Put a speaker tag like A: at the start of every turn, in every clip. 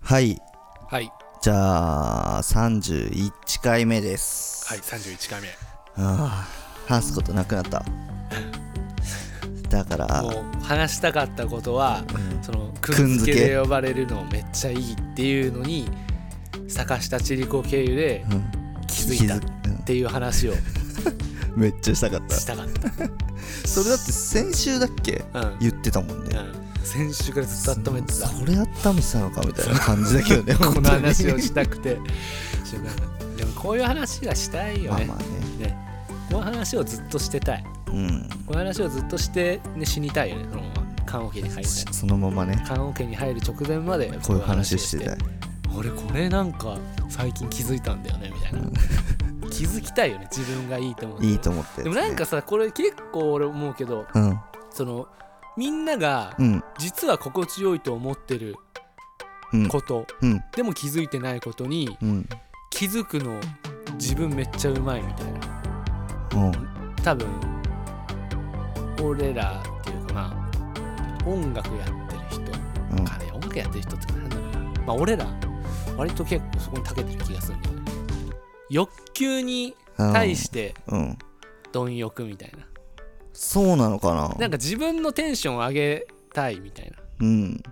A: はい
B: はい
A: じゃあ31回目です
B: はい31回目
A: ああ話すことなくなっただから
B: もう話したかったことはそのく
A: くん
B: ん
A: づ
B: づ
A: け
B: けで呼ばれるのめっちゃいいっていうのに坂下千里子経由で
A: うん
B: 気づいたっ
A: 気
B: ていう話を
A: うんめっちゃしたか った
B: したかった
A: それだって先週だっけ
B: うん
A: 言ってたもんね
B: うん先週からずっと温めてた
A: それ温めてたのかみたいな感じだけどね
B: この話を
A: 本
B: したくて しょうがなかったでもこういう話がしたい
A: 当に
B: よ
A: まあ
B: ね
A: まあね
B: ねこの話をずっとしてたい
A: うん
B: この話をずっとして、ね、死にたいよねそのまま棺桶に入りたい
A: そのままね
B: 棺桶に入る直前まで
A: こういう話してたい
B: 俺これなんか最近気づいたんだよねみたいな、 気づきたいよね自分がいいと思って
A: いいと思って
B: でもなんかさこれ結構俺思うけど
A: うん
B: そのみんなが
A: うん
B: 実は心地よいと思ってる
A: うん
B: こと、
A: うん
B: でも気づいてないことに
A: うん
B: 気づくの自分めっちゃうまいみたいな
A: うん
B: 多分俺らっていうかまあ音楽やってる人
A: うん
B: あれ音楽やってる人ってなんだろうな、まあ、俺ら割と結構そこに長けてる気がするんだよね欲求に対して
A: うん
B: 貪欲みたいな
A: そうなのかな
B: なんか自分のテンション上げたいみたいな
A: うん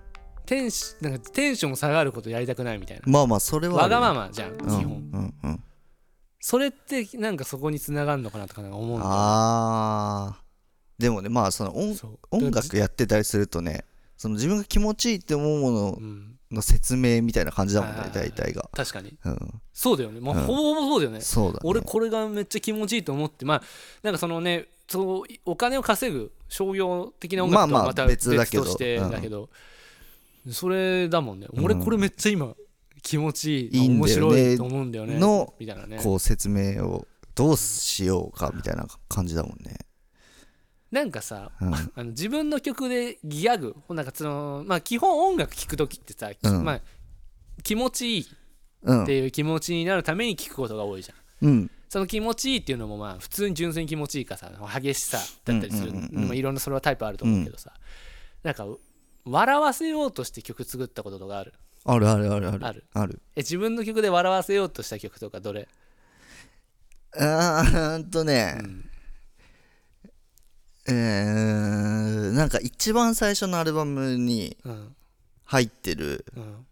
B: テンシなんかテンション下がることやりたくないみたいな
A: まあまあそれはあ
B: わ
A: るよ
B: がままじゃん基
A: うん
B: 本、
A: うんうん
B: それってなんかそこに繋がるのかなとかなんか思うんだよ
A: あーでもねまあその音
B: そう
A: 音
B: だか
A: 楽やってたりするとねその自分が気持ちいいって思うも
B: ら
A: の
B: うん、
A: の説明みたいな感じだもん
B: は
A: ね
B: いはいは
A: 大
B: い
A: 体が
B: 確かに
A: うん
B: そうだよね、まあ
A: うん
B: ほぼほぼそうだよね
A: そうだね
B: 俺これがめっちゃ気持ちいいと思ってまあなんかそのねそういお金を稼ぐ商業的な音楽と
A: まあま
B: は
A: あ
B: また
A: 別
B: 別
A: だけど
B: として
A: うん
B: だけど、それだもんね、俺これめっちゃ今気持ちいい
A: いいん
B: 面
A: だよね
B: 白いと思うんだよね
A: の
B: みたいなね
A: こう説明をどうしようかみたいな感じだもんね
B: なんかさ、
A: うん
B: あの自分の曲でギャグなんかそのまあ基本音楽聴く時ってさ、き
A: うん
B: まあ、気持ちいい
A: うん
B: っていう気持ちになるために聴くことが多いじゃん
A: うん
B: その気持ちいいっていうのもまあ普通に純粋に気持ちいいかさ激しさだったりする
A: うんうんうんうん
B: まあいろんなそれはタイプあると思うけどさ、なんか笑わせようとして曲作ったこととかある
A: あるあるあるある
B: ある
A: ある
B: え自分の曲で笑わせようとした曲とかどれ
A: あーんとね、
B: ん
A: えー、なんか一番最初のアルバムに
B: うん
A: 入ってる
B: うん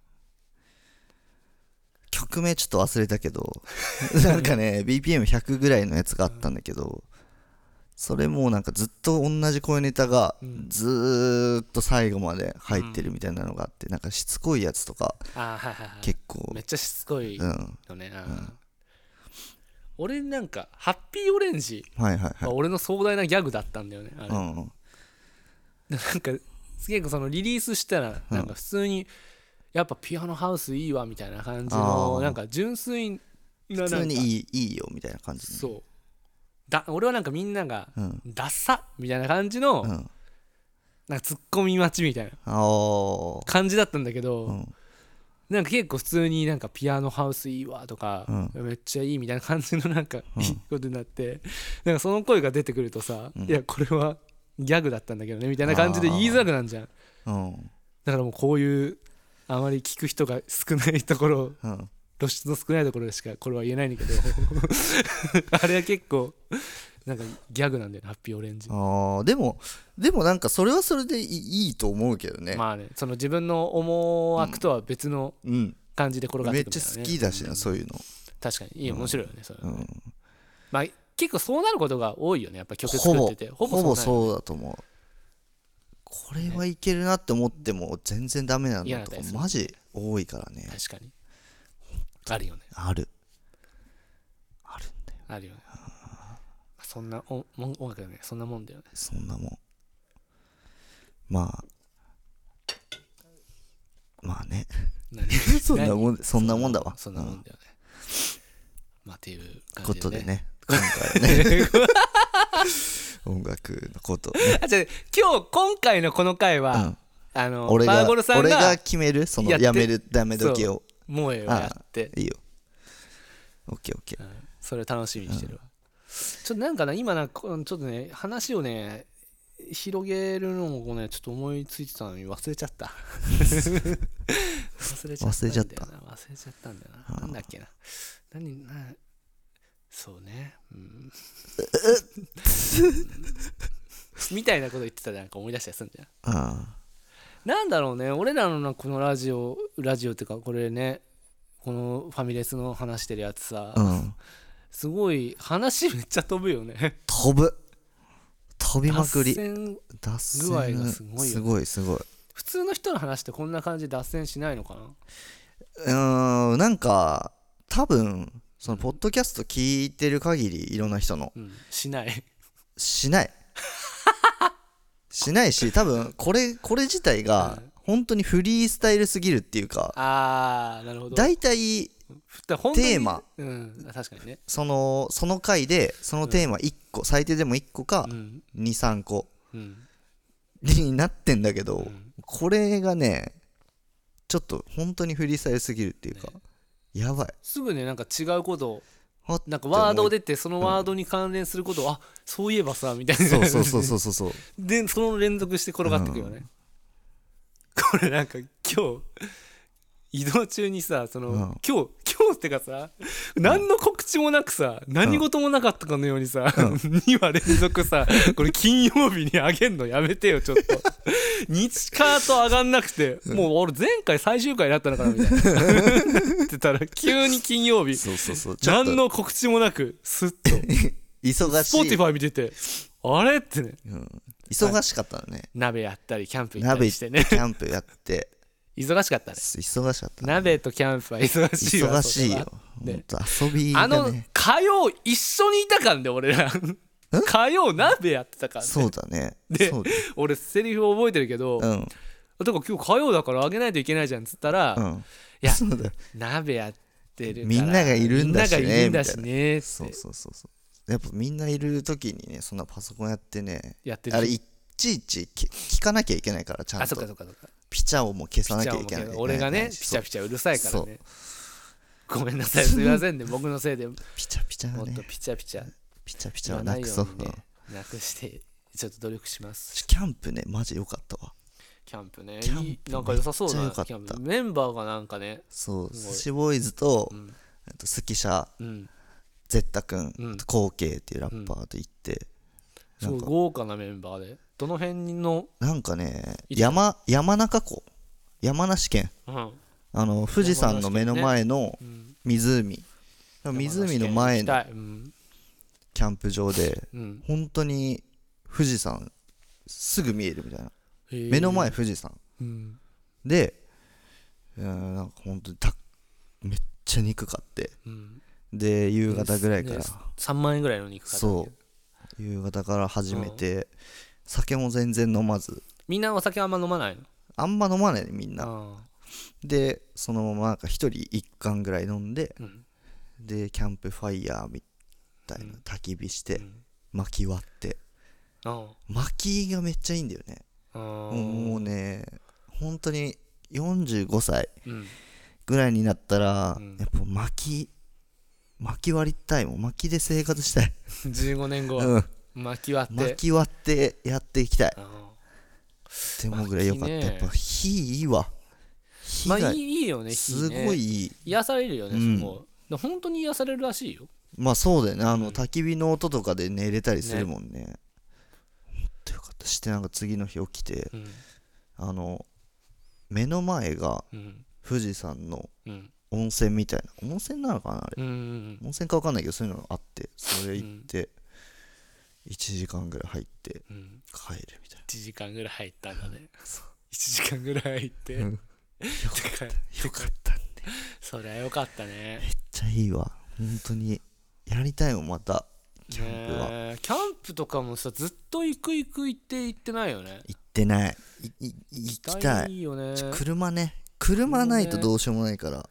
A: 曲名ちょっと忘れたけど なんかね BPM100 ぐらいのやつがあったんだけどそれもなんかずっと同じ声ネタが
B: うん
A: ずーっと最後まで入ってるみたいなのがあってなんかしつこいやつとか
B: あーはいはいはい
A: 結構
B: めっちゃしつこい
A: うん
B: よね、うん俺なんか「ハッピーオレンジ
A: はいはいはい」
B: は俺の壮大なギャグだったんだよねあれ
A: うん
B: なんか結構そのリリースしたらなんか普通にやっぱピアノハウスいいわみたいな感じ
A: あー
B: のなんか純粋な
A: 普
B: な
A: 通
B: ん
A: に
B: か
A: いいいいよみたいな感じね
B: そうだ俺はなんかみんなが
A: うん
B: ダッサみたいな感じの
A: うん
B: なんかツッコミ待ちみたいな
A: あー
B: 感じだったんだけ
A: う
B: ど
A: ん
B: なんか結構普通になんかピアノハウスいいわとかめっちゃいいみたいな感じのなんかいいことになってなんかその声が出てくるとさいやこれはギャグだったんだけどねみたいな感じで言いづらくなるじゃん
A: うん
B: だからもうこういうあまり聞く人が少ないところ
A: うん
B: 露出の少ないところでしかこれは言えないんだけど あれは結構なんかギャグなんだよねハッピーオレンジ
A: あーでもでもなんかそれはそれでいいいいと思うけどね、
B: まあねその自分の思惑とは別の
A: うん
B: 感じで転がっ
A: め
B: て
A: っ
B: くる
A: ちゃ
B: みたいな、ね、
A: 好きだしな、そういうの
B: 確かにいい面白いよね、それは
A: う
B: ね
A: ん
B: まあ結構そうなることが多いよねやっぱ曲
A: ほ
B: 作っ
A: ぼ
B: てて
A: ほぼ
B: う
A: そうだと思うこれはいけるなって思っても全然ダメな
B: 嫌
A: の
B: な
A: とか
B: タイプです
A: マジ多いからね
B: なる確かにあるよね
A: ある
B: あるよねそんなおもん音楽だねそんなもんだよね
A: そんなもんまあまあね
B: 何
A: そんなもんそんなもんだわ
B: そんなも
A: うん
B: だよね。まあっていう
A: こ
B: 感じ
A: と
B: でね。
A: でね今回はね 音楽のことね
B: あじゃあ今日今回のこの回は、
A: うん
B: あの
A: 俺
B: バー
A: が
B: ゴルさん
A: 俺が
B: が
A: 決めるその
B: やって
A: やめるダメ時を
B: もうええわやって
A: いいよオッケーオッケー
B: うんそれを楽しみにしてるわ。ちょっとなんかな今なんかこのちょっとね話をね広げるのもねちょっと思いついてたのに忘れちゃった 忘れちゃったんだよな忘れちゃったんだよななんだっけな何なそうねうん みたいなこと言ってたじゃんか思い出したりすんじゃん
A: あ
B: なんだろうね俺らのなこのラジオラジオっていうかこれねこのファミレスの話してるやつさ、
A: あうん
B: すごい話めっちゃ飛ぶよね
A: 飛ぶ飛びまくり
B: 脱線
A: 脱線
B: 具合がすごいよ
A: す
B: ね
A: ごいすごい
B: 普通の人の話ってこんな感じで脱線しないのかな
A: うーんなんか多分そのポッドキャスト聞いてる限りいろんな人の
B: うんしない
A: しない しないし多分これこれ自体が本当にフリースタイルすぎるっていうか
B: あーなるほど
A: 大体
B: ふた本当に
A: テーマ
B: うんあ確かにね
A: そのその回でそのテーマ1個、最低でも1個か
B: うん
A: 23個
B: うん
A: になってんだけど、
B: うん
A: これがねちょっと本当にフリースタイルすぎるっていうか、やばい
B: すぐねなんか違うことを
A: あっ
B: なんかワード出てそのワードに関連することを、あそういえばさみたいな
A: そうそうそうそうそうそう
B: でその連続して転がってくよね、これなんか今日移動中にさその、
A: うん
B: 今日今日ってかさ何の告知もなくさ、何事もなかったかのようにさ、2話連続さこれ金曜日に上げんのやめてよちょっ と日カーと上がんなくて、もう俺前回最終回だったのかなみ たいななってたら急に金曜日
A: そうそう そうちょっと
B: 何の告知もなくス ッと
A: 忙
B: スポ
A: し
B: ティ
A: い
B: ファイ見ててあれってね
A: 忙しかったのね
B: 鍋やったりキャンプ行った
A: 鍋
B: り
A: 行
B: し
A: ってて
B: ね
A: キャンプやって
B: 忙しかったね
A: 忙しかった
B: 鍋とキャンプは忙しいわ
A: 忙しいよ
B: それは
A: ほん
B: ね
A: と遊び
B: あ
A: が
B: の
A: ね
B: 火曜一緒にいたかんで俺ら火曜鍋やってたからね
A: そうだね
B: で
A: そうだ
B: 俺セリフ覚えてるけど、
A: う ん
B: だから今日火曜だからあげないといけないじゃんっつったら、
A: うん
B: いや
A: そうだよ
B: 鍋やってるから
A: みんながいるんだしね
B: みんながいるんだしねって
A: そうそうそうそうやっぱみんないる時にねそんなパソコンやってね
B: やってる
A: あれいちいちき聞かなきゃいけないからちゃ
B: あ
A: ん
B: そっか
A: と
B: そっかそっか
A: ピチャをも消さなきゃいけ
B: ピチャ
A: ない
B: をもう俺がねピチャ
A: ピ
B: ピチャうるさいからねごめんなさいすいませんね僕のせいでも
A: チャピチャピチャ
B: っ
A: は
B: と
A: ね
B: ピチャピチャ
A: ピチャピチャは
B: 言わな
A: ないく
B: よ
A: そう
B: うにねなくして ちょっと努力します
A: キャンプねマジ良かったわ
B: キャンプね
A: キャンプ
B: いいなんか良さそう
A: め
B: な
A: っちゃ良かった
B: キャンプメンバーがなんかね
A: そう
B: すごい
A: 寿司ボーイズと,、
B: ん
A: えっとスキシャ
B: うん
A: ゼッタ君
B: うん
A: とコウケイっていうラッパーと行って、
B: すごい
A: なんか
B: 豪華なメンバーでどの辺の、
A: なんかね
B: いつ
A: 山山中湖山梨県
B: うん
A: あの富士山の目の前の
B: うん、
A: 湖、湖の前
B: 山
A: の
B: 梨県行き
A: キャンプ場で
B: たい、うんうん
A: 本当に富士山すぐ見えるみたいな
B: へー
A: 目の前富士山
B: うん、
A: でうんなんか本当にためっちゃ肉買って
B: うん、
A: で夕方ぐらいから
B: ね3万円ぐらいの肉買った
A: そう夕方から始めて、酒も全然飲まず
B: みんなお酒あんま飲まないの
A: あんま飲まないねみんな
B: あ
A: でそのままなんか1人1缶ぐらい飲んで
B: ーうん
A: でキャンプファイヤーみたいな焚き火して、
B: ん
A: 薪割って
B: あー
A: 薪がめっちゃいいんだよね
B: あー
A: もうね本当に45歳
B: うん
A: ぐらいになったら、
B: うん
A: やっぱ薪薪割りたいもん薪で生活したい、
B: 15年後
A: う
B: は
A: ん、
B: 巻き割って
A: 薪割ってやっていきたい
B: あ
A: でもぐらい良かった、
B: 薪ね
A: やっぱ火いいわ
B: ー
A: 火
B: まあ
A: が
B: いいいいよね
A: す
B: 火ね
A: ごいいい、
B: 癒されるよね、
A: うん
B: そこで本当に癒されるらしいよ
A: まあそうだよねあの焚き火の音とかで寝れたりするもんねほんとよかったしてなんか次の日起きて
B: うん
A: あの目の前が
B: うん
A: 富士山の
B: うん
A: 温泉みたいな温泉なのかなあれ
B: うんうん
A: 温泉か分かんないけどそういうのがあってそれ行って1時間ぐらい入って
B: うん
A: 帰るみたいな
B: 1時間ぐらい入ったんだね1時間ぐらい入って、
A: うん
B: てか
A: よかっためっ
B: そりゃよかったね
A: ちゃいいわ本当にやりたいもんまた
B: キ
A: ャンプは
B: キャンプとかもさずっと行く行く行って行ってないよね
A: 行ってないいい行きたい
B: よね
A: 車ね車ないとどうしようもないから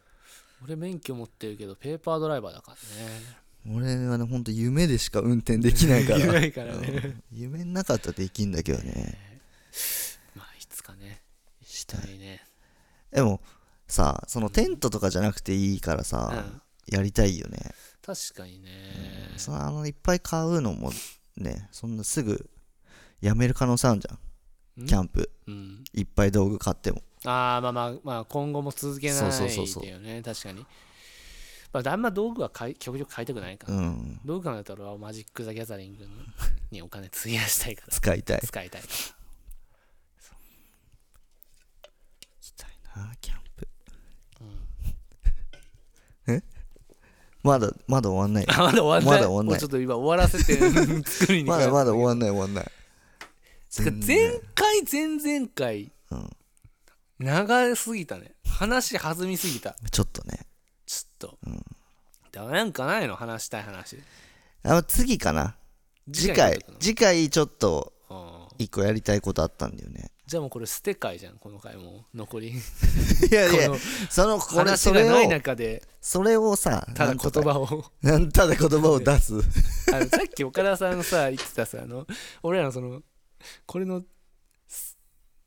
B: 俺免許持ってるけどペーパードライバーだからね
A: 俺はね本当夢でしか運転できない から
B: ないからね、
A: 夢なかったらできんだけどね
B: まあいつかね
A: したい
B: いいね
A: でもさそのテントとかじゃなくていいからさ、やりたいよね、
B: 確かにね、
A: そのあのいっぱい買うのもねそんなすぐやめる可能性あるじゃんキャンプ
B: うん、
A: いっぱい道具買っても
B: ああまあまあまあ今後も続けないっていうね
A: そうそうそう
B: 確かにまああんま道具は買い極力買いたくないから、
A: うん
B: 道具買うんだったら俺はマジック・ザ・ギャザリングのにお金費やした いから
A: 使いたい
B: 使いたい
A: あーキャンプ、えまだまだ終わんない よ
B: あまだ終わんない
A: まだ終わんない
B: もうちょっと今終わらせて作りに
A: まだまだ終わんない終わんない
B: てか前回前々回、
A: うん
B: 長すぎたね話弾みすぎた
A: ちょっとね
B: ちょっと、だからなんかないの話したい話
A: あ次かな次回
B: に撮っと
A: 次回ちょっと
B: くのうん
A: 一個やりたいことあったんだよね
B: じゃあもうこれ捨て会じゃんこの回もう残り
A: いやいや
B: この
A: その これ
B: 話
A: そ
B: が
A: れ
B: ない
A: を
B: 中で
A: それをさ
B: ただ
A: なんとか
B: 言葉を
A: なんただ言葉を出す
B: あのさっき岡田さんのさ言ってたさあの俺らのそのこれのす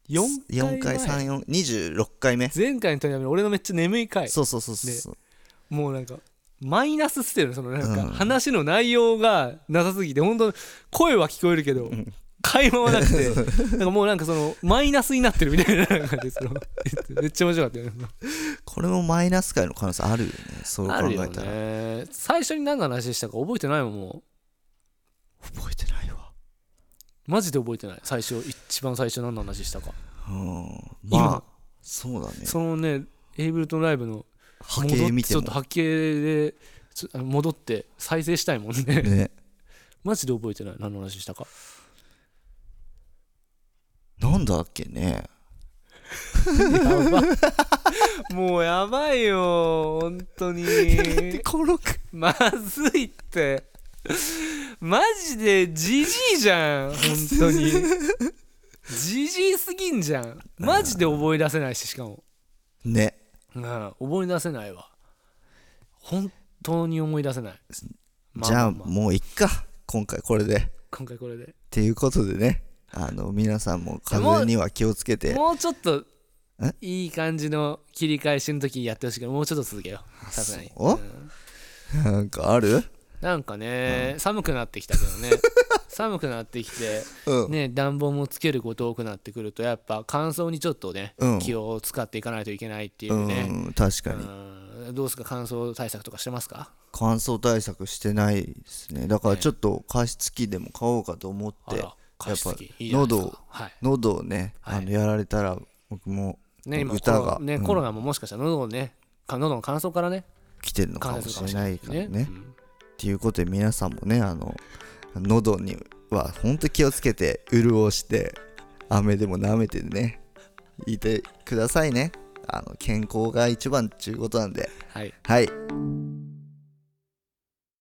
A: 4
B: 4
A: 回
B: 回前
A: 3426回目
B: 前回の時に俺のめっちゃ眠い回
A: そうそうそうそう
B: もうなんかマイナスしてるそのなんか
A: うん
B: 話の内容がなさすぎて本当声は聞こえるけど会話はな くてなんかもうなんかそのマイナスになってるみたいななんかでその めっちゃ面白かったよね
A: これもマイナス回の可能性あるよねそう考
B: あるよ
A: えたら、
B: ね最初に何の話したか覚えてないもんも
A: 覚えてないわ
B: うマジで覚えてない最初一番最初何の話したか
A: うん
B: 今
A: まあそうだね
B: そのねエイブルトンライブの
A: 波形見ても
B: 戻ってちょっと波形でちょあの戻って再生したいもん ね
A: ね
B: マジで覚えてない何の話したか
A: なんだっけね
B: もうやばいよ本当に
A: 登録
B: まずいってマジでジジイじゃん本当にジジイすぎんじゃんマジで覚え出せないししかも、
A: ね
B: うん、覚え出せないわ本当に思い出せない、ま
A: じゃあ
B: まま
A: もういっか今回これでっ
B: 今回これで
A: ていうことでねあの皆さんも風邪には気をつけて
B: もうちょっと
A: え
B: いい感じの切り返しの時やってほしいけどもうちょっと続けようさすがに、
A: そう
B: うん
A: なんかある
B: なんかね、寒くなってきたけど ね寒くなってきて
A: うん
B: ね暖房もつけること多くなってくるとやっぱ乾燥にちょっとね、
A: うん
B: 気を使っていかないといけないっていううね、
A: ん確か
B: う
A: に
B: んどうですか乾燥対策とかしてますか
A: 乾燥対策してないですねだからちょっと加湿器でも買おうかと思っ
B: あ
A: て
B: ら加湿器いいじゃないです
A: 喉
B: か
A: を
B: はい
A: 喉をね
B: はい
A: あのやられたら僕も
B: ね今
A: 歌
B: コ
A: が
B: ロ,、ね
A: うん
B: コロナももしかしたら喉をねか喉の乾燥からね
A: 来てるのか
B: 感
A: も
B: 染す
A: し
B: る
A: れないからね
B: うん
A: っていうことで皆さんもねあの喉には本当気をつけて潤して飴でも舐めてねいてくださいねあの健康が一番っちゅうことなんで
B: はい
A: はい